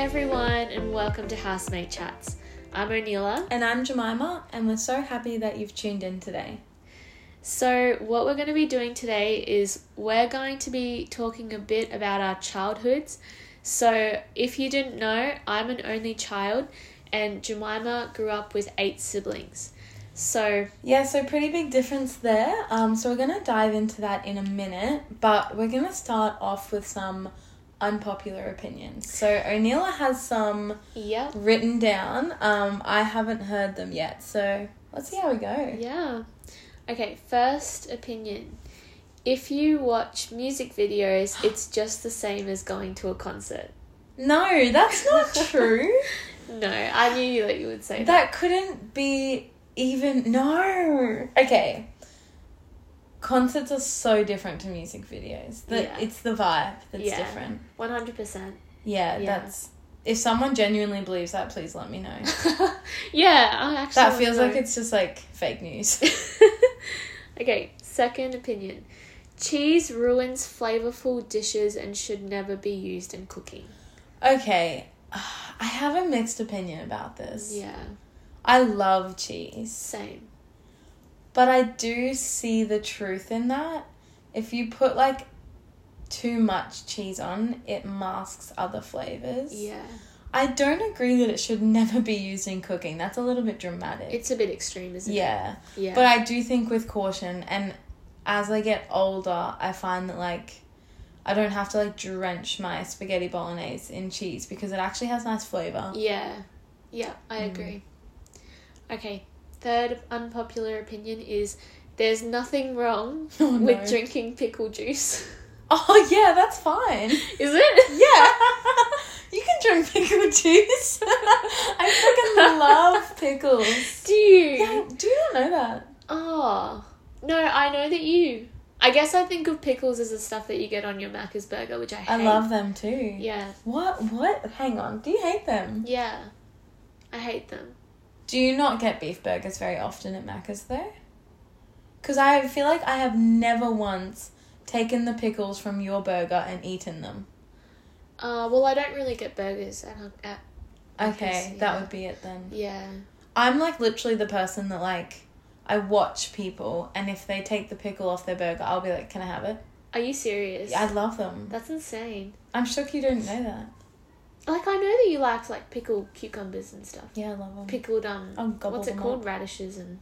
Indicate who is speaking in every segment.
Speaker 1: Fern, and welcome to Housemate Chats. I'm O'Neila.
Speaker 2: And I'm Jemima, and we're so happy that you've tuned in today.
Speaker 1: So, what we're going to be doing today is we're going to be talking a bit about our childhoods. So, if you didn't know, I'm an only child, and Jemima grew up with eight siblings. So,
Speaker 2: Yeah, so pretty big difference there. Um, so we're going to dive into that in a minute, but we're going to start off with some unpopular opinions. So O'Neila has some
Speaker 1: yeah,
Speaker 2: written down. Um, I haven't heard them yet, so let's see how we go.
Speaker 1: yeah. Okay, first opinion. If you watch music videos, it's just the same as going to a concert.
Speaker 2: No, that's not true.
Speaker 1: No, I knew you that you would say that.
Speaker 2: That couldn't be even. No. Okay. Concerts are so different to music videos. The,
Speaker 1: Yeah.
Speaker 2: It's the vibe that's
Speaker 1: Yeah.
Speaker 2: different.
Speaker 1: One hundred percent.
Speaker 2: Yeah,
Speaker 1: Yeah.
Speaker 2: that's. If someone genuinely believes that, please let me know.
Speaker 1: Yeah, I actually.
Speaker 2: That
Speaker 1: wanna
Speaker 2: feels like
Speaker 1: know.
Speaker 2: it's just like fake news.
Speaker 1: okay, second opinion. Cheese ruins flavorful dishes and should never be used in cooking.
Speaker 2: okay, I have a mixed opinion about this.
Speaker 1: Yeah,
Speaker 2: I love cheese,
Speaker 1: same.
Speaker 2: but I do see the truth in that. If you put like too much cheese on, it masks other flavors.
Speaker 1: Yeah,
Speaker 2: I don't agree that it should never be used in cooking. That's a little bit dramatic.
Speaker 1: it's a bit extreme, isn't it?
Speaker 2: yeah.
Speaker 1: Yeah,
Speaker 2: But I do think with caution and as I get older, I find that like I don't have to like drench my spaghetti bolognese in cheese because it actually has nice flavor.
Speaker 1: yeah, yeah. I
Speaker 2: Hmm.
Speaker 1: agree. Okay, third unpopular opinion is there's nothing wrong
Speaker 2: Oh,
Speaker 1: with
Speaker 2: no.
Speaker 1: drinking pickle juice.
Speaker 2: Oh yeah, that's fine.
Speaker 1: is it?
Speaker 2: Yeah. you can drink pickle juice. I fucking love pickles.
Speaker 1: Do you?
Speaker 2: Yeah, do you not know that?
Speaker 1: Oh. No, I know that you. I guess I think of pickles as the stuff that you get on your Macca's burger, which I hate.
Speaker 2: I love them too.
Speaker 1: Yeah.
Speaker 2: What what? Hang on. Do you hate them?
Speaker 1: Yeah. I hate them.
Speaker 2: Do you not get beef burgers very often at Macca's though? Because I feel like I have never once taken the pickles from your burger and eaten them.
Speaker 1: Uh, well, I don't really get burgers at, Hung- at
Speaker 2: Okay,
Speaker 1: Yes, yeah.
Speaker 2: that would be it then.
Speaker 1: yeah.
Speaker 2: I'm like literally the person that like I watch people and if they take the pickle off their burger, I'll be like, "Can I have it?"
Speaker 1: Are you serious?
Speaker 2: I love them.
Speaker 1: That's insane.
Speaker 2: I'm shook you didn't know that.
Speaker 1: Like I know that you liked like pickled cucumbers and stuff.
Speaker 2: Yeah, I love them.
Speaker 1: Pickled um,
Speaker 2: I'll gobble
Speaker 1: what's it
Speaker 2: them
Speaker 1: called? Radishes and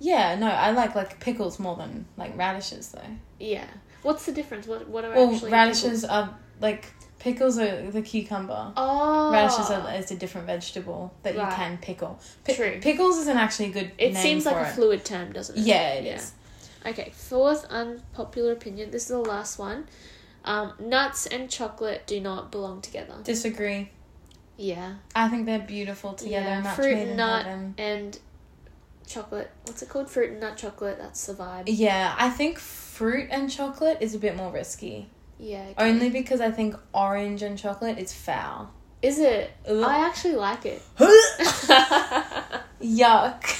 Speaker 2: yeah, no, I like like pickles more than like radishes though.
Speaker 1: yeah. What's the difference? What what are
Speaker 2: Well,
Speaker 1: actually pickles?
Speaker 2: radishes are like pickles are the cucumber.
Speaker 1: Oh,
Speaker 2: Radishes are, is a different vegetable that
Speaker 1: Right.
Speaker 2: you can pickle. Pi-
Speaker 1: True.
Speaker 2: Pickles isn't actually a good
Speaker 1: It
Speaker 2: name
Speaker 1: seems like
Speaker 2: for
Speaker 1: a
Speaker 2: it.
Speaker 1: fluid term, doesn't it?
Speaker 2: Yeah, it is.
Speaker 1: Okay, fourth unpopular opinion. This is the last one. Um, nuts and chocolate do not belong together.
Speaker 2: Disagree.
Speaker 1: Yeah.
Speaker 2: I think they're beautiful together.
Speaker 1: yeah.
Speaker 2: Yeah, match
Speaker 1: Fruit
Speaker 2: made
Speaker 1: and
Speaker 2: in
Speaker 1: nut
Speaker 2: heaven.
Speaker 1: and chocolate. What's it called? Fruit and nut chocolate. That's the vibe.
Speaker 2: Yeah, I think fruit and chocolate is a bit more risky.
Speaker 1: Yeah. okay.
Speaker 2: Only because I think orange and chocolate is foul.
Speaker 1: Is it?
Speaker 2: Ugh.
Speaker 1: I actually like it.
Speaker 2: Yuck.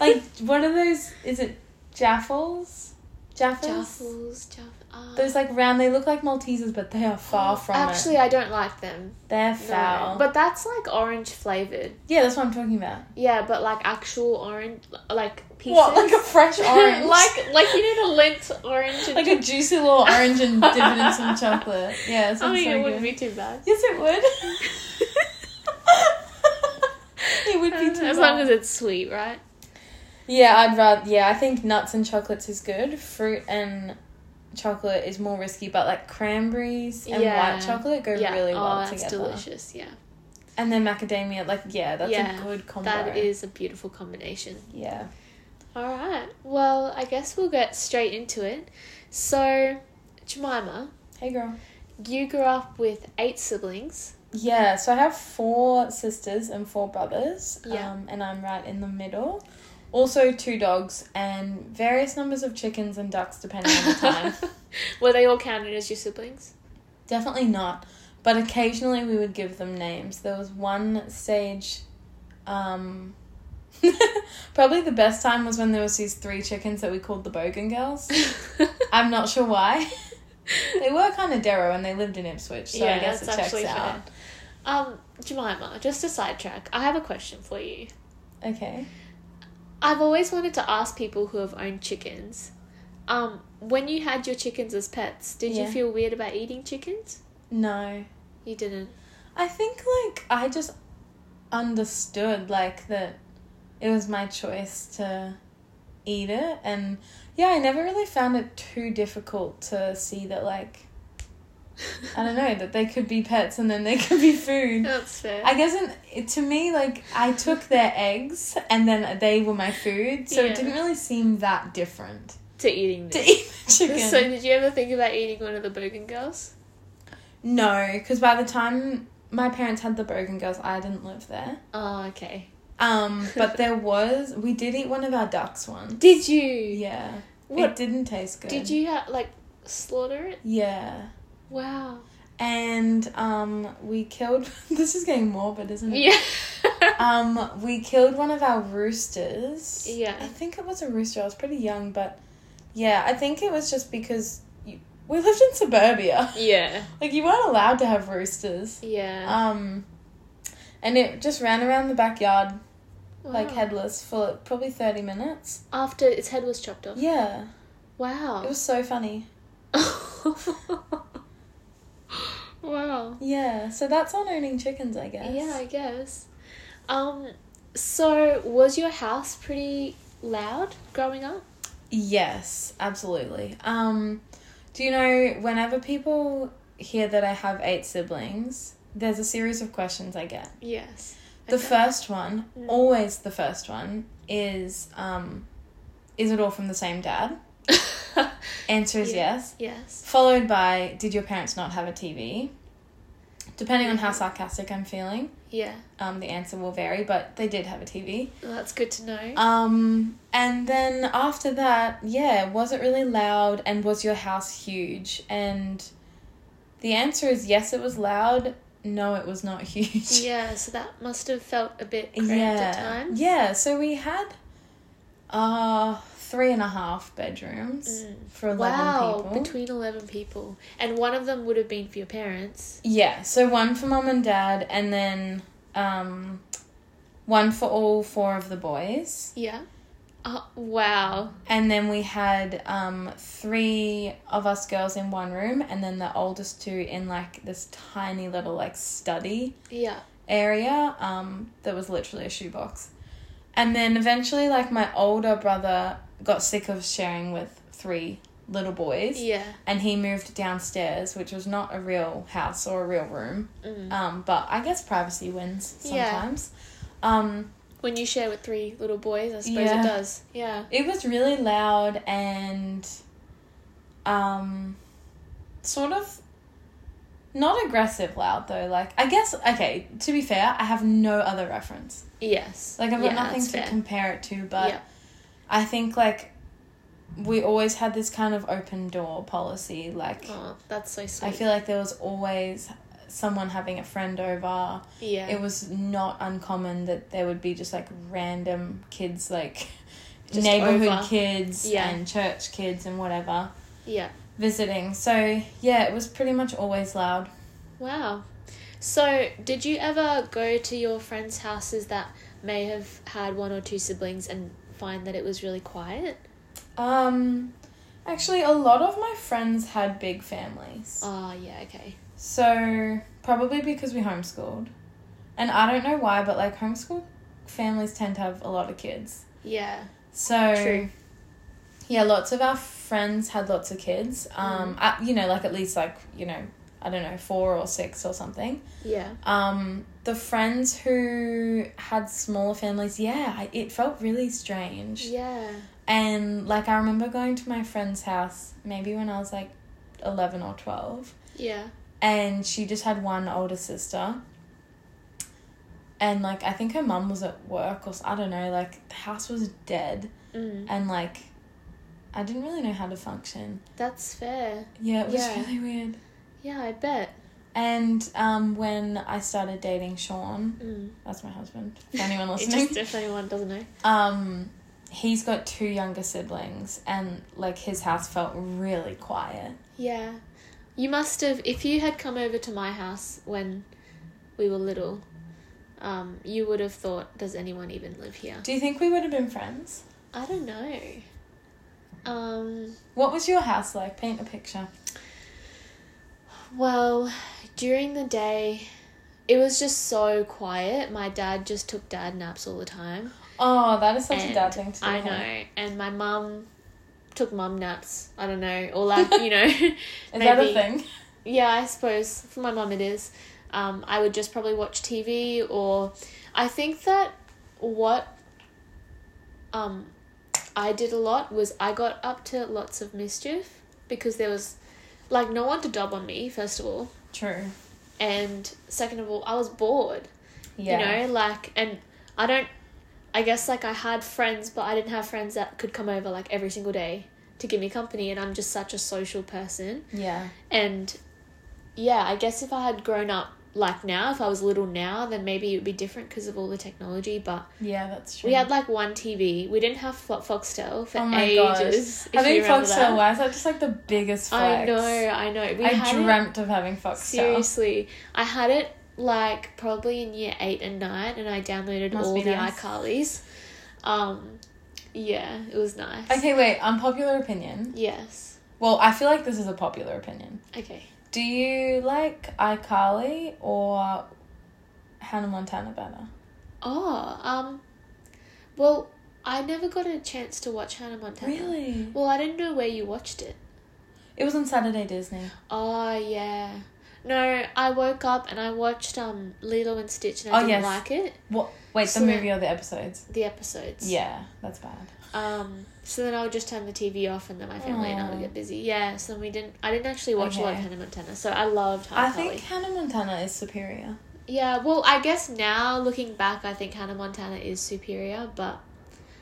Speaker 2: like, what are those? Is it Jaffles? Jaffles?
Speaker 1: Jaffles, Jaff. ah.
Speaker 2: Those like round, they look like Maltesers, but they are far from
Speaker 1: Oh, Actually,
Speaker 2: it.
Speaker 1: I don't like them.
Speaker 2: They're
Speaker 1: No.
Speaker 2: foul.
Speaker 1: But that's like orange flavored.
Speaker 2: yeah, that's what I'm talking about.
Speaker 1: Yeah, but like actual orange, like pieces.
Speaker 2: What, like a fresh orange?
Speaker 1: like like you need a lint orange. And
Speaker 2: like a juicy little orange and dip it in some chocolate. Yeah, it
Speaker 1: I
Speaker 2: sounds
Speaker 1: mean,
Speaker 2: so
Speaker 1: Oh, it
Speaker 2: good.
Speaker 1: wouldn't be too bad.
Speaker 2: yes, it would. it would be too
Speaker 1: as
Speaker 2: bad.
Speaker 1: long as it's sweet, right?
Speaker 2: yeah, I'd rather. Yeah, I think nuts and chocolates is good. Fruit and chocolate is more risky, but like cranberries and
Speaker 1: Yeah.
Speaker 2: white chocolate go really
Speaker 1: oh,
Speaker 2: well
Speaker 1: that's
Speaker 2: together.
Speaker 1: delicious. Yeah,
Speaker 2: And then macadamia, like yeah, that's
Speaker 1: Yeah,
Speaker 2: a good combo.
Speaker 1: that is a beautiful combination.
Speaker 2: Yeah.
Speaker 1: All right. Well, I guess we'll get straight into it. So, Jemima,
Speaker 2: Hey, girl.
Speaker 1: you grew up with eight siblings.
Speaker 2: Yeah, so I have four sisters and four brothers.
Speaker 1: Yeah.
Speaker 2: Um, and I'm right in the middle. Also, two dogs and various numbers of chickens and ducks, depending on the time.
Speaker 1: Were they all counted as your siblings?
Speaker 2: Definitely not. But occasionally we would give them names. There was one stage, um, probably the best time was when there was these three chickens that we called the Bogan Girls. I'm not sure why. they were kind of Darrow and they lived in Ipswich, so I guess it checks out.
Speaker 1: Um, Jemima, just a sidetrack. I have a question for you.
Speaker 2: Okay.
Speaker 1: I've always wanted to ask people who have owned chickens. Um, when you had your chickens as pets, did
Speaker 2: Yeah.
Speaker 1: you feel weird about eating chickens?
Speaker 2: No.
Speaker 1: You didn't.
Speaker 2: I think like I just understood like that it was my choice to eat it and yeah, I never really found it too difficult to see that like I don't know, that they could be pets and then they could be food.
Speaker 1: That's fair.
Speaker 2: I guess in, it- to me, like, I took their eggs and then they were my food, so
Speaker 1: Yeah.
Speaker 2: it didn't really seem that different
Speaker 1: to eating
Speaker 2: to
Speaker 1: this.
Speaker 2: eat the chicken.
Speaker 1: So did you ever think about eating one of the Bogan girls?
Speaker 2: no, because by the time my parents had the Brogan Girls, I didn't live there.
Speaker 1: Oh, okay.
Speaker 2: Um, but there was, we did eat one of our ducks once.
Speaker 1: Did you?
Speaker 2: Yeah. It
Speaker 1: What
Speaker 2: didn't taste good.
Speaker 1: did you ha- like slaughter it?
Speaker 2: Yeah.
Speaker 1: Wow.
Speaker 2: And um, we killed, this is getting morbid, isn't it?
Speaker 1: Yeah.
Speaker 2: Mm. Um, we killed one of our roosters.
Speaker 1: Yeah.
Speaker 2: I think it was a rooster. I was pretty young, but yeah, I think it was just because you, we lived in suburbia.
Speaker 1: yeah.
Speaker 2: Like you weren't allowed to have roosters.
Speaker 1: Yeah.
Speaker 2: Um, and it just ran around the backyard um, like
Speaker 1: Wow.
Speaker 2: headless for probably thirty minutes.
Speaker 1: after its head was chopped off.
Speaker 2: Yeah,
Speaker 1: Wow.
Speaker 2: it was so funny.
Speaker 1: wow.
Speaker 2: Yeah, so that's on owning chickens, I guess.
Speaker 1: Yeah, I guess. Um, so was your house pretty loud growing up?
Speaker 2: Yes, absolutely. Um, do you know whenever people hear that I have eight siblings, there's a series of questions I get.
Speaker 1: Yes.
Speaker 2: The first one,
Speaker 1: Mm.
Speaker 2: always the first one, is um, is it all from the same dad?
Speaker 1: first.
Speaker 2: Answer is
Speaker 1: Yeah.
Speaker 2: yes.
Speaker 1: yes.
Speaker 2: Followed by, did your parents not have a TV? Depending on how sarcastic I'm feeling,
Speaker 1: Yeah.
Speaker 2: um, the answer will vary, but they did have a TV.
Speaker 1: Well, that's good to know.
Speaker 2: Um, and then after that, yeah, was it really loud and was your house huge? And the answer is yes, it was loud. No, it was not huge.
Speaker 1: yeah. So that must have felt a bit cramped at
Speaker 2: yeah.
Speaker 1: times.
Speaker 2: Yeah, so we had uh three and a half bedrooms
Speaker 1: Mm.
Speaker 2: for eleven
Speaker 1: Wow,
Speaker 2: people.
Speaker 1: between 11 people. And one of them would have been for your parents.
Speaker 2: yeah, so one for mum and dad and then um one for all four of the boys.
Speaker 1: Yeah. Uh, wow.
Speaker 2: And then we had um, three of us girls in one room, and then the oldest two in like this tiny little like study
Speaker 1: Yeah.
Speaker 2: area um, that was literally a shoebox. And then eventually, like my older brother got sick of sharing with three little boys,
Speaker 1: Yeah.
Speaker 2: and he moved downstairs, which was not a real house or a real room.
Speaker 1: Mm.
Speaker 2: Um, but I guess privacy wins
Speaker 1: Yeah.
Speaker 2: sometimes. Um,
Speaker 1: When you share with three little boys, I suppose
Speaker 2: Yeah.
Speaker 1: it does. Yeah.
Speaker 2: It was really loud and um sort of not aggressive loud though. Like I guess okay, to be fair, I have no other reference.
Speaker 1: Yes.
Speaker 2: Like I've got
Speaker 1: yeah,
Speaker 2: nothing
Speaker 1: that's
Speaker 2: to
Speaker 1: fair.
Speaker 2: compare it to, but
Speaker 1: Yeah.
Speaker 2: I think like we always had this kind of open door policy like
Speaker 1: Oh, that's so sweet.
Speaker 2: I feel like there was always someone having a friend over.
Speaker 1: yeah.
Speaker 2: It was not uncommon that there would be just like random kids like
Speaker 1: Just
Speaker 2: neighborhood
Speaker 1: over.
Speaker 2: kids
Speaker 1: Yeah.
Speaker 2: and church kids and whatever
Speaker 1: yeah.
Speaker 2: visiting. So yeah, it was pretty much always loud.
Speaker 1: Wow. So, did you ever go to your friends' houses that may have had one or two siblings and find that it was really quiet?
Speaker 2: Um actually a lot of my friends had big families.
Speaker 1: Oh, yeah, okay.
Speaker 2: So probably because we homeschooled. And I don't know why, but like homeschool families tend to have a lot of kids.
Speaker 1: Yeah.
Speaker 2: So
Speaker 1: True.
Speaker 2: Yeah, lots of our friends had lots of kids. Um,
Speaker 1: Mm.
Speaker 2: I, you know, like at least like you know, I don't know, four or six or something.
Speaker 1: Yeah.
Speaker 2: Um, the friends who had smaller families, yeah, I- it felt really strange.
Speaker 1: Yeah.
Speaker 2: And like I remember going to my friend's house maybe when I was like eleven or twelve,
Speaker 1: Yeah.
Speaker 2: and she just had one older sister. And like I think her mum was at work or s- I don't know, like the house was dead,
Speaker 1: Mm.
Speaker 2: and like I didn't really know how to function.
Speaker 1: That's fair.
Speaker 2: Yeah, it was
Speaker 1: Yeah.
Speaker 2: really weird.
Speaker 1: Yeah, I bet.
Speaker 2: And um, when I started dating Sean,
Speaker 1: Mm.
Speaker 2: that's my husband. For anyone
Speaker 1: It
Speaker 2: listening,
Speaker 1: just if anyone doesn't know.
Speaker 2: um, he's got two younger siblings, and like his house felt really quiet.
Speaker 1: Yeah. You must have, if you had come over to my house when we were little, um, you would have thought, does anyone even live here?
Speaker 2: Do you think we would have been friends?
Speaker 1: I don't know. Um,
Speaker 2: What was your house like? Paint a picture.
Speaker 1: well, during the day, it was just so quiet. My dad just took dad naps all the time.
Speaker 2: Oh, that is such a
Speaker 1: And
Speaker 2: dad thing to do.
Speaker 1: I
Speaker 2: huh?
Speaker 1: know. And my mum took mum naps. I don't know. Or like, you know.
Speaker 2: Is that a
Speaker 1: Maybe.
Speaker 2: thing?
Speaker 1: Yeah, I suppose for my mum it is. Um, I would just probably watch TV, or I think that what um, I did a lot was I got up to lots of mischief because there was like no one to dob on me first of all,
Speaker 2: True.
Speaker 1: and second of all, I was bored.
Speaker 2: Yeah.
Speaker 1: You know, like, and I don't. I guess like I had friends, but I didn't have friends that could come over like every single day to give me company, and I'm just such a social person.
Speaker 2: Yeah.
Speaker 1: And yeah, I guess if I had grown up like now, if I was little now, then maybe it would be different because of all the technology. But
Speaker 2: Yeah, that's true.
Speaker 1: we had like one TV. We didn't have Fo- Foxtel for
Speaker 2: Oh my
Speaker 1: ages. if
Speaker 2: gosh.
Speaker 1: you
Speaker 2: Having
Speaker 1: remember
Speaker 2: Foxtel,
Speaker 1: that.
Speaker 2: why is that just like the biggest flex?
Speaker 1: I know, I know. We
Speaker 2: I
Speaker 1: had it-
Speaker 2: dreamt of having Foxtel.
Speaker 1: seriously. I had it like probably in year eight and nine, and I downloaded
Speaker 2: Must
Speaker 1: all
Speaker 2: be
Speaker 1: the
Speaker 2: nice.
Speaker 1: iCarlys. Um, yeah, it was nice.
Speaker 2: Okay, wait, unpopular opinion.
Speaker 1: Yes.
Speaker 2: Well, I feel like this is a popular opinion.
Speaker 1: Okay.
Speaker 2: Do you like iCarly or Hannah Montana better?
Speaker 1: Oh, um, well, I never got a chance to watch Hannah Montana.
Speaker 2: Really?
Speaker 1: Well, I didn't know where you watched it.
Speaker 2: It was on Saturday Disney.
Speaker 1: Oh yeah. No, I woke up and I watched um Lilo and Stitch and I
Speaker 2: Oh,
Speaker 1: didn't
Speaker 2: yes.
Speaker 1: like it.
Speaker 2: What? Wait,
Speaker 1: So
Speaker 2: the
Speaker 1: then-
Speaker 2: movie or the episodes?
Speaker 1: The episodes.
Speaker 2: Yeah, that's bad.
Speaker 1: Um so then I would just turn the TV off and then my family and I would
Speaker 2: Aw.
Speaker 1: get busy. Yeah, so then we didn't I didn't actually watch a lot of
Speaker 2: Okay.
Speaker 1: Hannah Montana. So I loved
Speaker 2: I
Speaker 1: Hannah
Speaker 2: think
Speaker 1: Carly.
Speaker 2: Hannah Montana is superior.
Speaker 1: Yeah, well I guess now looking back I think Hannah Montana is superior, but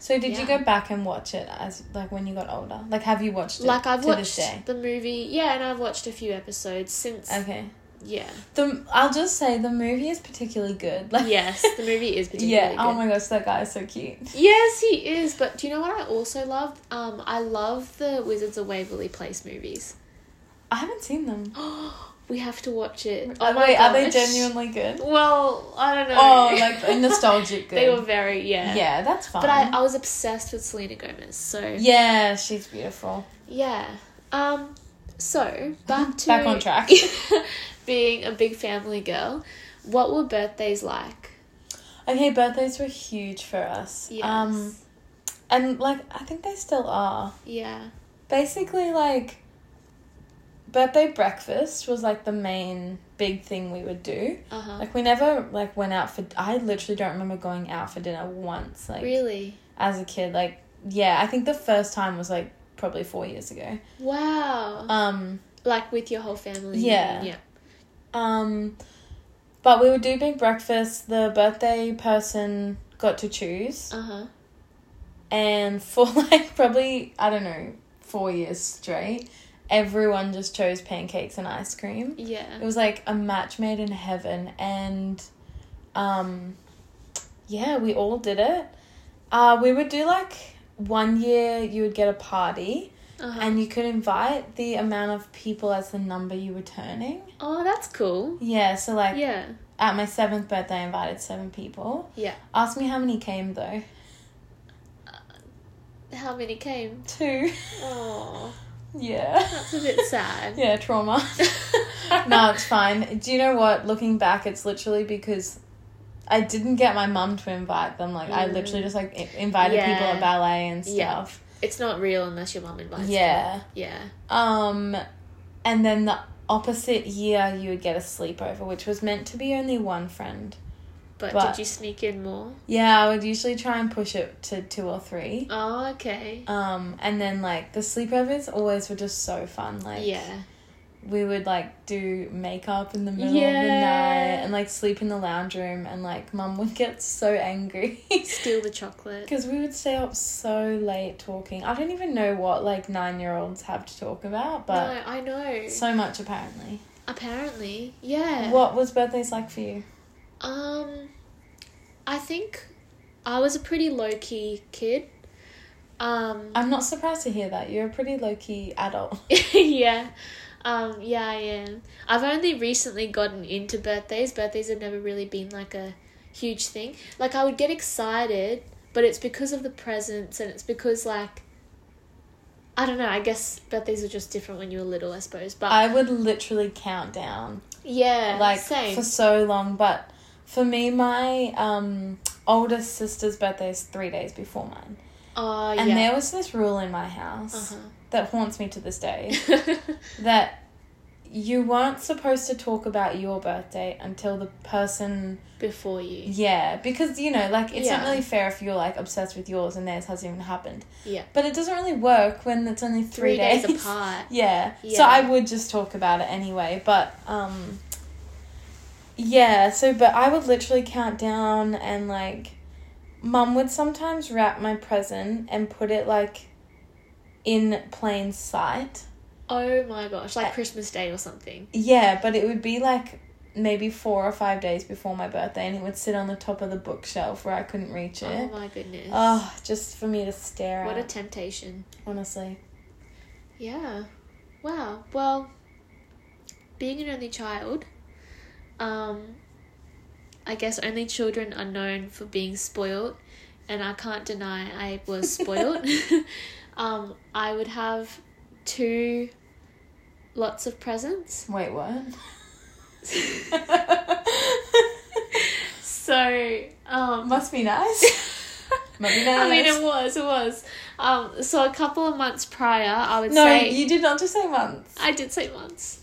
Speaker 2: So did you
Speaker 1: Yeah.
Speaker 2: go back and watch it as like when you got older? Like have you watched it
Speaker 1: like I've
Speaker 2: to
Speaker 1: watched
Speaker 2: this day?
Speaker 1: the movie yeah, and I've watched a few episodes since
Speaker 2: Okay.
Speaker 1: yeah.
Speaker 2: The I'll just say the movie is particularly good. Like
Speaker 1: Yes, the movie is particularly
Speaker 2: yeah.
Speaker 1: good.
Speaker 2: Oh my gosh, that guy is so cute.
Speaker 1: Yes, he is. But do you know what I also love? Um, I love the Wizards of Waverly Place movies.
Speaker 2: I haven't seen them.
Speaker 1: we have to watch it.
Speaker 2: Oh
Speaker 1: Oh my
Speaker 2: Wait, are they
Speaker 1: gosh.
Speaker 2: genuinely good?
Speaker 1: Well, I don't know.
Speaker 2: Oh, like a nostalgic good.
Speaker 1: they were very yeah.
Speaker 2: Yeah, that's fine.
Speaker 1: But I, I was obsessed with Selena Gomez. So yeah.
Speaker 2: yeah, she's beautiful.
Speaker 1: Um. So back to
Speaker 2: Back on track.
Speaker 1: being a big family girl. What were birthdays like?
Speaker 2: Okay, birthdays were huge for us.
Speaker 1: Yes.
Speaker 2: Um, and like I think they still are.
Speaker 1: yeah.
Speaker 2: Basically, like birthday breakfast was like the main big thing we would do.
Speaker 1: Uh huh.
Speaker 2: Like we never like went out for. I literally don't remember going out for dinner once. Like
Speaker 1: Really?
Speaker 2: as a kid, like yeah, I think the first time was like probably four years ago.
Speaker 1: Wow.
Speaker 2: Um,
Speaker 1: like with your whole family.
Speaker 2: Yeah.
Speaker 1: Yeah.
Speaker 2: Um, but we would do big breakfast. The birthday person got to choose,
Speaker 1: Uh huh.
Speaker 2: and for like probably I don't know four years straight, everyone just chose pancakes and ice cream. It
Speaker 1: Yeah.
Speaker 2: was like a match made in heaven, and um, yeah, we all did it. Uh, we would do like one year you would get a party
Speaker 1: Uh huh.
Speaker 2: and you could invite the amount of people as the number you were turning.
Speaker 1: Oh, that's cool.
Speaker 2: Yeah, so like
Speaker 1: Yeah.
Speaker 2: At my seventh birthday, I invited seven people.
Speaker 1: Yeah. Uh,
Speaker 2: Ask me how many came though.
Speaker 1: How many came?
Speaker 2: Two.
Speaker 1: Oh,
Speaker 2: Yeah.
Speaker 1: that's a bit sad.
Speaker 2: Yeah, trauma. no, it's fine. Do you know what? Looking back, it's literally because I didn't get my mum to invite them. Like, I
Speaker 1: Mm.
Speaker 2: literally just like i- invited people
Speaker 1: Yeah.
Speaker 2: at ballet and
Speaker 1: Yeah.
Speaker 2: stuff.
Speaker 1: It's not real unless your mum invites. you.
Speaker 2: Yeah.
Speaker 1: Yeah.
Speaker 2: Um, and then the opposite year, you would get a sleepover, which was meant to be only one friend.
Speaker 1: But,
Speaker 2: But-
Speaker 1: did you sneak in more?
Speaker 2: Yeah, I would usually try and push it to two or three.
Speaker 1: Oh, okay.
Speaker 2: Um, and then like the sleepovers always were just so fun. Like
Speaker 1: yeah.
Speaker 2: we would like do makeup in the middle of the
Speaker 1: Yeah.
Speaker 2: night and like sleep in the lounge room and like mum would get so angry
Speaker 1: Steal the chocolate.
Speaker 2: because we would stay up so late talking. I don't even know what like nine year olds have to talk about, but
Speaker 1: no, I know.
Speaker 2: so much apparently.
Speaker 1: Apparently, yeah.
Speaker 2: What was birthdays like for you?
Speaker 1: Um, I think I was a pretty low key kid. Um, Uh,
Speaker 2: I'm not surprised to hear that. You're a pretty low key adult.
Speaker 1: yeah. Um, yeah, I am. I've only recently gotten into birthdays. Birthdays have never really been like a huge thing. Like I would get excited, but it's because of the presents and it's because like I don't know, I guess birthdays are just different when you were little, I suppose. But
Speaker 2: I would literally count down
Speaker 1: yeah,
Speaker 2: like
Speaker 1: same.
Speaker 2: for so long, but for me, my um oldest sister's birthday is three days before mine,
Speaker 1: Oh,
Speaker 2: and
Speaker 1: yeah.
Speaker 2: there was this rule in my house that haunts me to this day
Speaker 1: uh-huh.
Speaker 2: that you weren't supposed to talk about your birthday until the person
Speaker 1: Before you.
Speaker 2: yeah because you know like it's not
Speaker 1: Yeah.
Speaker 2: really fair if you're like obsessed with yours and theirs hasn't even happened
Speaker 1: Yeah.
Speaker 2: but it doesn't really work when it's only
Speaker 1: Three,
Speaker 2: three,
Speaker 1: days. apart.
Speaker 2: Yeah. So
Speaker 1: Yeah.
Speaker 2: I would just talk about it anyway, but um yeah, so but I would literally count down and like mum would sometimes wrap my present and put it like in plain sight.
Speaker 1: Oh my gosh, like
Speaker 2: Uh,
Speaker 1: Christmas Day or something.
Speaker 2: Yeah, but it would be like maybe 4 or 5 days before my birthday and it would sit on the top of the bookshelf where I couldn't reach
Speaker 1: Oh
Speaker 2: it.
Speaker 1: my goodness.
Speaker 2: Oh, just for me to stare
Speaker 1: what a
Speaker 2: at,
Speaker 1: temptation.
Speaker 2: honestly.
Speaker 1: Yeah. Wow. Well, being an only child, um, I guess only children are known for being spoiled, and I can't deny I was spoiled. um, I would have two lots of presents.
Speaker 2: Wait, what?
Speaker 1: So, um,
Speaker 2: Must be nice. Must be nice.
Speaker 1: I mean, it was, it was. Um, so a couple of months prior, I would
Speaker 2: No,
Speaker 1: say
Speaker 2: you did not just say months.
Speaker 1: I did say months.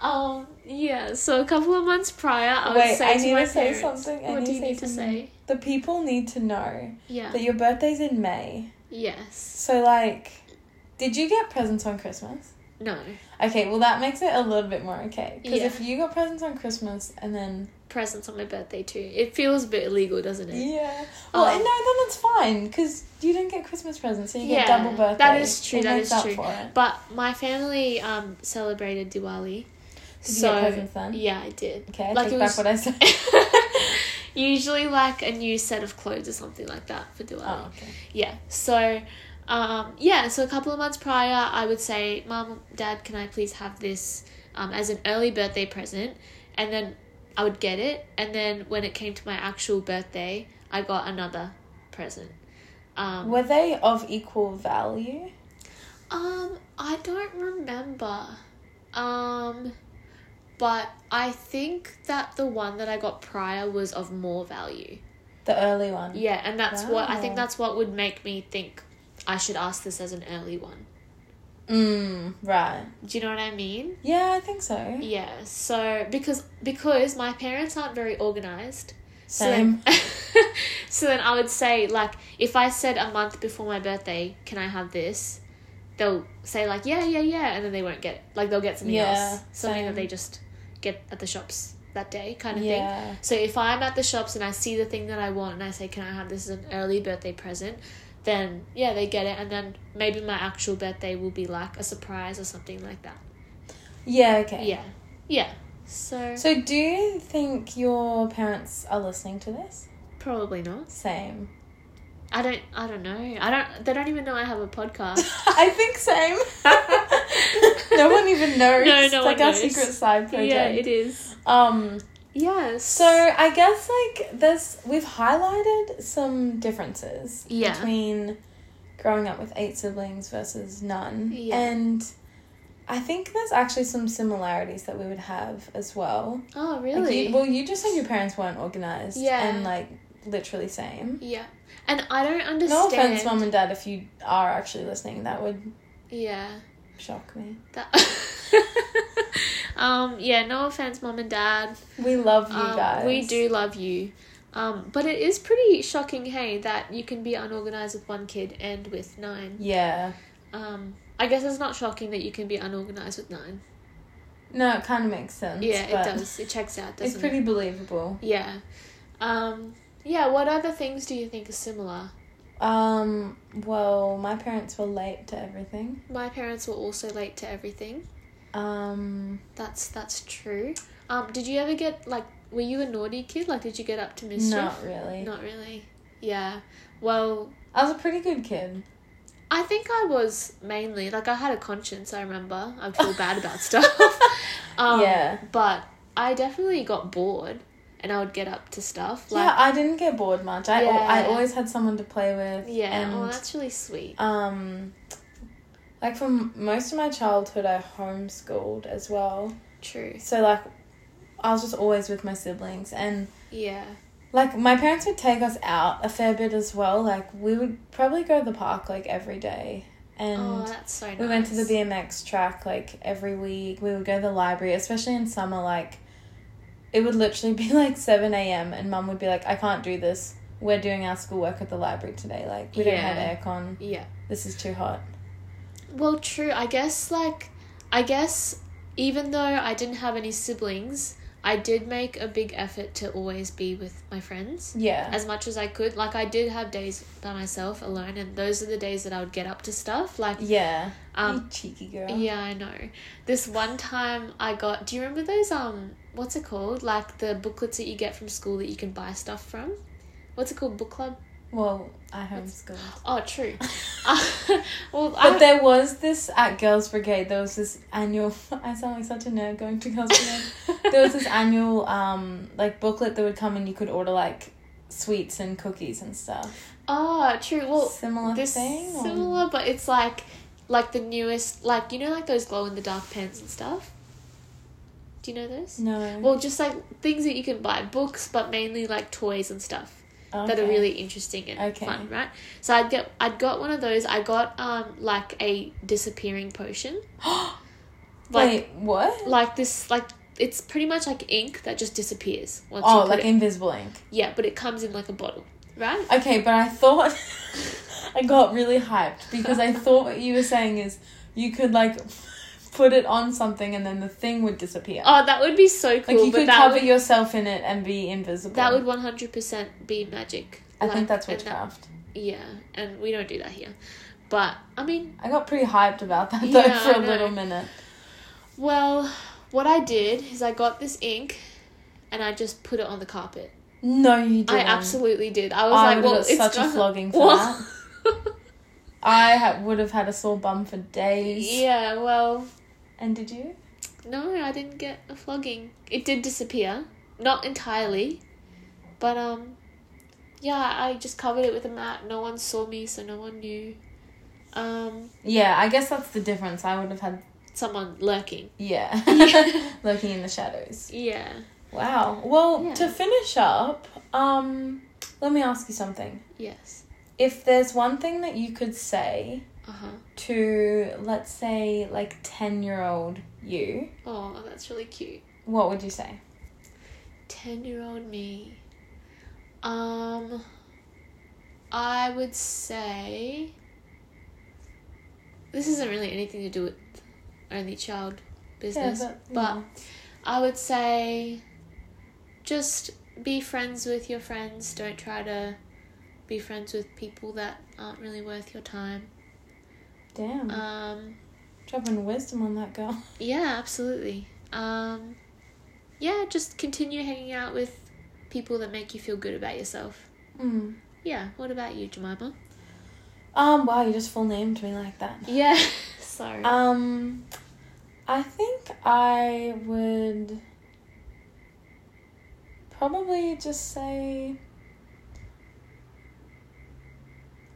Speaker 1: Um, yeah, so a couple of months prior, I would
Speaker 2: Wait,
Speaker 1: say
Speaker 2: I
Speaker 1: to
Speaker 2: need
Speaker 1: my
Speaker 2: to say
Speaker 1: parents,
Speaker 2: something. I
Speaker 1: what do
Speaker 2: need to
Speaker 1: you
Speaker 2: say
Speaker 1: need to
Speaker 2: something.
Speaker 1: say?
Speaker 2: The people need to know
Speaker 1: Yeah.
Speaker 2: that your birthday's in May.
Speaker 1: yes.
Speaker 2: So, like, did you get presents on Christmas?
Speaker 1: No.
Speaker 2: Okay, well, that makes it a little bit more okay. Because
Speaker 1: Yeah.
Speaker 2: if you got presents on Christmas and then.
Speaker 1: Presents on my birthday too. It feels a bit illegal, doesn't it?
Speaker 2: Yeah. Well,
Speaker 1: Um,
Speaker 2: and no, then it's fine because you don't get Christmas presents, so you get
Speaker 1: Yeah,
Speaker 2: double birthday.
Speaker 1: that is true,
Speaker 2: It
Speaker 1: that
Speaker 2: makes
Speaker 1: is
Speaker 2: up
Speaker 1: true.
Speaker 2: For it.
Speaker 1: But my family um celebrated Diwali.
Speaker 2: Did
Speaker 1: so
Speaker 2: you get presents then?
Speaker 1: yeah, I did.
Speaker 2: Okay, I
Speaker 1: Like,
Speaker 2: take
Speaker 1: it
Speaker 2: back
Speaker 1: was-
Speaker 2: what I said.
Speaker 1: Usually like a new set of clothes or something like that for Diwali.
Speaker 2: oh, okay.
Speaker 1: yeah so um, yeah so a couple of months prior i would say mom dad can i please have this um, as an early birthday present and then i would get it and then when it came to my actual birthday i got another present um,
Speaker 2: Were they of equal value?
Speaker 1: um i don't remember um but i think that the one that i got prior was of more value
Speaker 2: The early one.
Speaker 1: yeah and that's what i think
Speaker 2: Wow.
Speaker 1: that's what would make me think i should ask this as an early one
Speaker 2: Mm, right.
Speaker 1: Do you know what I mean?
Speaker 2: Yeah, I think so.
Speaker 1: Yeah. So because because my parents aren't very organized.
Speaker 2: Same.
Speaker 1: So then, so then I would say like if I said a month before my birthday, can I have this? They'll say like yeah yeah yeah, and then they won't get it. Like they'll get something
Speaker 2: Yeah,
Speaker 1: else, something
Speaker 2: same.
Speaker 1: that they just get at the shops that day, kind of thing.
Speaker 2: Yeah.
Speaker 1: So if I'm at the shops and I see the thing that I want and I say, "Can I have this as an early birthday present?" Then yeah, they get it, and then maybe my actual birthday will be like a surprise or something like that.
Speaker 2: Yeah, okay.
Speaker 1: Yeah. Yeah. So,
Speaker 2: So do you think your parents are listening to this?
Speaker 1: probably not.
Speaker 2: Same.
Speaker 1: I don't I don't know. I don't they don't even know I have a podcast.
Speaker 2: I think same. no one even knows.
Speaker 1: No, no
Speaker 2: it's
Speaker 1: one
Speaker 2: like our
Speaker 1: knows.
Speaker 2: secret side project.
Speaker 1: yeah, it is.
Speaker 2: um
Speaker 1: Yes.
Speaker 2: so I guess like there's we've highlighted some differences
Speaker 1: Yeah.
Speaker 2: between growing up with eight siblings versus none.
Speaker 1: Yeah.
Speaker 2: And I think there's actually some similarities that we would have as well.
Speaker 1: Oh,
Speaker 2: Like,
Speaker 1: really?
Speaker 2: you, well, you just said your parents weren't organized.
Speaker 1: Yeah.
Speaker 2: And like literally same.
Speaker 1: yeah. And I don't understand.
Speaker 2: No offense, mom and dad, if you are actually listening, that would
Speaker 1: Yeah.
Speaker 2: shock me.
Speaker 1: That Um yeah, no offense mom and dad.
Speaker 2: We love you
Speaker 1: Um,
Speaker 2: guys.
Speaker 1: we do love you. Um but it is pretty shocking, hey, that you can be unorganized with one kid and with nine.
Speaker 2: Yeah.
Speaker 1: Um I guess it's not shocking that you can be unorganized with nine.
Speaker 2: No, it kind of makes sense.
Speaker 1: Yeah, it
Speaker 2: but
Speaker 1: does. It checks out, doesn't
Speaker 2: It's
Speaker 1: it?
Speaker 2: pretty believable.
Speaker 1: Yeah. Um, yeah, what other things do you think are similar?
Speaker 2: Um. Well, my parents were late to everything.
Speaker 1: My parents were also late to everything.
Speaker 2: Um.
Speaker 1: That's that's true. Um, did you ever get like were you a naughty kid? Like did you get up to mischief?
Speaker 2: Not really.
Speaker 1: Not really. Yeah. Well,
Speaker 2: I was a pretty good kid.
Speaker 1: I think I was mainly like I had a conscience. I remember I'd feel bad about stuff. Um,
Speaker 2: Yeah.
Speaker 1: but I definitely got bored, and I would get up to stuff.
Speaker 2: yeah,
Speaker 1: Like,
Speaker 2: I didn't get bored much. I, al- I
Speaker 1: Yeah.
Speaker 2: always had someone to play with.
Speaker 1: yeah,
Speaker 2: and
Speaker 1: well, that's really sweet.
Speaker 2: um, like for m- most of my childhood, I homeschooled as well.
Speaker 1: True.
Speaker 2: So like, I was just always with my siblings, and
Speaker 1: Yeah.
Speaker 2: like my parents would take us out a fair bit as well. Like we would probably go to the park like every day, and.
Speaker 1: oh, that's so nice.
Speaker 2: We went to the BMX track like every week. We would go to the library, especially in summer. Like, it would literally be like 7 a.m., and mum would be like, I can't do this. We're doing our schoolwork at the library today. Like, we don't
Speaker 1: Yeah.
Speaker 2: have aircon.
Speaker 1: Yeah.
Speaker 2: This is too hot.
Speaker 1: Well, true. I guess like I guess even though I didn't have any siblings, I did make a big effort to always be with my friends.
Speaker 2: Yeah.
Speaker 1: as much as I could. Like I did have days by myself alone, and those are the days that I would get up to stuff. Like
Speaker 2: Yeah.
Speaker 1: um,
Speaker 2: you cheeky girl.
Speaker 1: yeah, I know. This one time I got. Do you remember those um? What's it called? Like the booklets that you get from school that you can buy stuff from. What's it called? Book club.
Speaker 2: Well, I homeschooled.
Speaker 1: Oh, true. Uh, well, I,
Speaker 2: But there was this at Girls Brigade. There was this annual. I sound like such a nerd going to Girls Brigade. there was this annual um like booklet that would come and you could order like sweets and cookies and stuff.
Speaker 1: oh, true. Well,
Speaker 2: similar
Speaker 1: this
Speaker 2: thing. or-
Speaker 1: similar, but it's like like the newest, like you know, like those glow in the dark pens and stuff. Do you know those?
Speaker 2: No.
Speaker 1: Well, just like things that you can buy, books, but mainly like toys and stuff that are
Speaker 2: Okay.
Speaker 1: really interesting and
Speaker 2: Okay.
Speaker 1: fun, right? So I'd get, I'd got one of those. I got um like a disappearing potion, like
Speaker 2: Wait, what?
Speaker 1: like this like it's pretty much like ink that just disappears once you
Speaker 2: oh,
Speaker 1: put
Speaker 2: like
Speaker 1: it.
Speaker 2: invisible ink.
Speaker 1: yeah, but it comes in like a bottle, right?
Speaker 2: Okay, but I thought I got really hyped because I thought what you were saying is you could like put it on something and then the thing would disappear.
Speaker 1: Oh, that would be so cool.
Speaker 2: like you
Speaker 1: but
Speaker 2: could
Speaker 1: that
Speaker 2: cover
Speaker 1: would,
Speaker 2: yourself in it and be invisible.
Speaker 1: that would one hundred percent be magic.
Speaker 2: I
Speaker 1: Like,
Speaker 2: think that's
Speaker 1: and that-
Speaker 2: witchcraft.
Speaker 1: yeah, and we don't do that here. But I mean,
Speaker 2: I got pretty hyped about that though
Speaker 1: Yeah,
Speaker 2: for
Speaker 1: I
Speaker 2: a
Speaker 1: know.
Speaker 2: little minute.
Speaker 1: Well, what I did is I got this ink and I just put it on the carpet.
Speaker 2: No, you didn't.
Speaker 1: I absolutely did. I was
Speaker 2: I
Speaker 1: like,
Speaker 2: would've
Speaker 1: well,
Speaker 2: got
Speaker 1: it's
Speaker 2: such a
Speaker 1: gonna-
Speaker 2: flogging for
Speaker 1: Well-
Speaker 2: I ha- would have had a sore bum for days.
Speaker 1: yeah, well,
Speaker 2: And did you?
Speaker 1: no, I didn't get a flogging. It did disappear, not entirely, but um, yeah, I just covered it with a mat. No one saw me, so no one knew. Um,
Speaker 2: Yeah, I guess that's the difference. I would have had
Speaker 1: someone lurking.
Speaker 2: yeah, lurking in the shadows.
Speaker 1: Yeah.
Speaker 2: Wow. Well,
Speaker 1: Yeah.
Speaker 2: to finish up, um, let me ask you something.
Speaker 1: Yes.
Speaker 2: If there's one thing that you could say
Speaker 1: Uh huh.
Speaker 2: to, let's say, like ten year old you,
Speaker 1: Oh, that's really cute.
Speaker 2: what would you say?
Speaker 1: 10 year old me um i would say this isn't really anything to do with only child business but i would say just be friends with your friends don't try to be friends with people that aren't really worth your time
Speaker 2: damn,
Speaker 1: um
Speaker 2: dropping wisdom on that girl.
Speaker 1: yeah, absolutely. Um, yeah, just continue hanging out with people that make you feel good about yourself. Hmm.
Speaker 2: Mm.
Speaker 1: Yeah, what about you, Jemima?
Speaker 2: Um, wow, you just full named me like that.
Speaker 1: Yeah, sorry.
Speaker 2: Um, I think I would probably just say,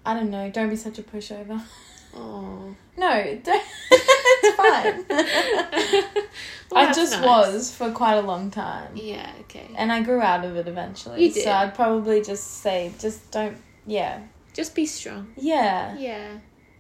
Speaker 2: I don't know, don't be such a pushover.
Speaker 1: oh.
Speaker 2: No, don't. it's fine. I just was for quite a long time.
Speaker 1: Yeah, okay.
Speaker 2: And I grew out of it eventually.
Speaker 1: You did.
Speaker 2: So I'd probably just say, just don't, yeah.
Speaker 1: Just be strong.
Speaker 2: Yeah.
Speaker 1: Yeah.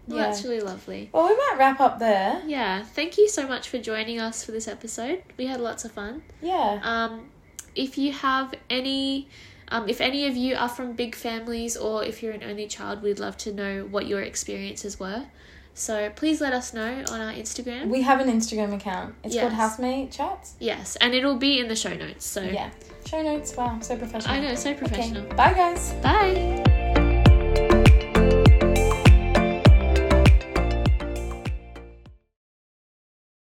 Speaker 1: Well,
Speaker 2: Yeah.
Speaker 1: That's really lovely.
Speaker 2: Well, we might wrap up there.
Speaker 1: Yeah, thank you so much for joining us for this episode. We had lots of fun.
Speaker 2: Yeah.
Speaker 1: Um, if you have any, um, if any of you are from big families or if you're an only child, we'd love to know what your experiences were. So please let us know on our Instagram.
Speaker 2: We have an Instagram account. It's
Speaker 1: Yes.
Speaker 2: called Housemate Chats.
Speaker 1: yes, and it'll be in the show notes. So
Speaker 2: Yeah. Show notes. Wow, so professional.
Speaker 1: I know, so
Speaker 2: Okay.
Speaker 1: professional.
Speaker 2: Bye, guys.
Speaker 1: Bye.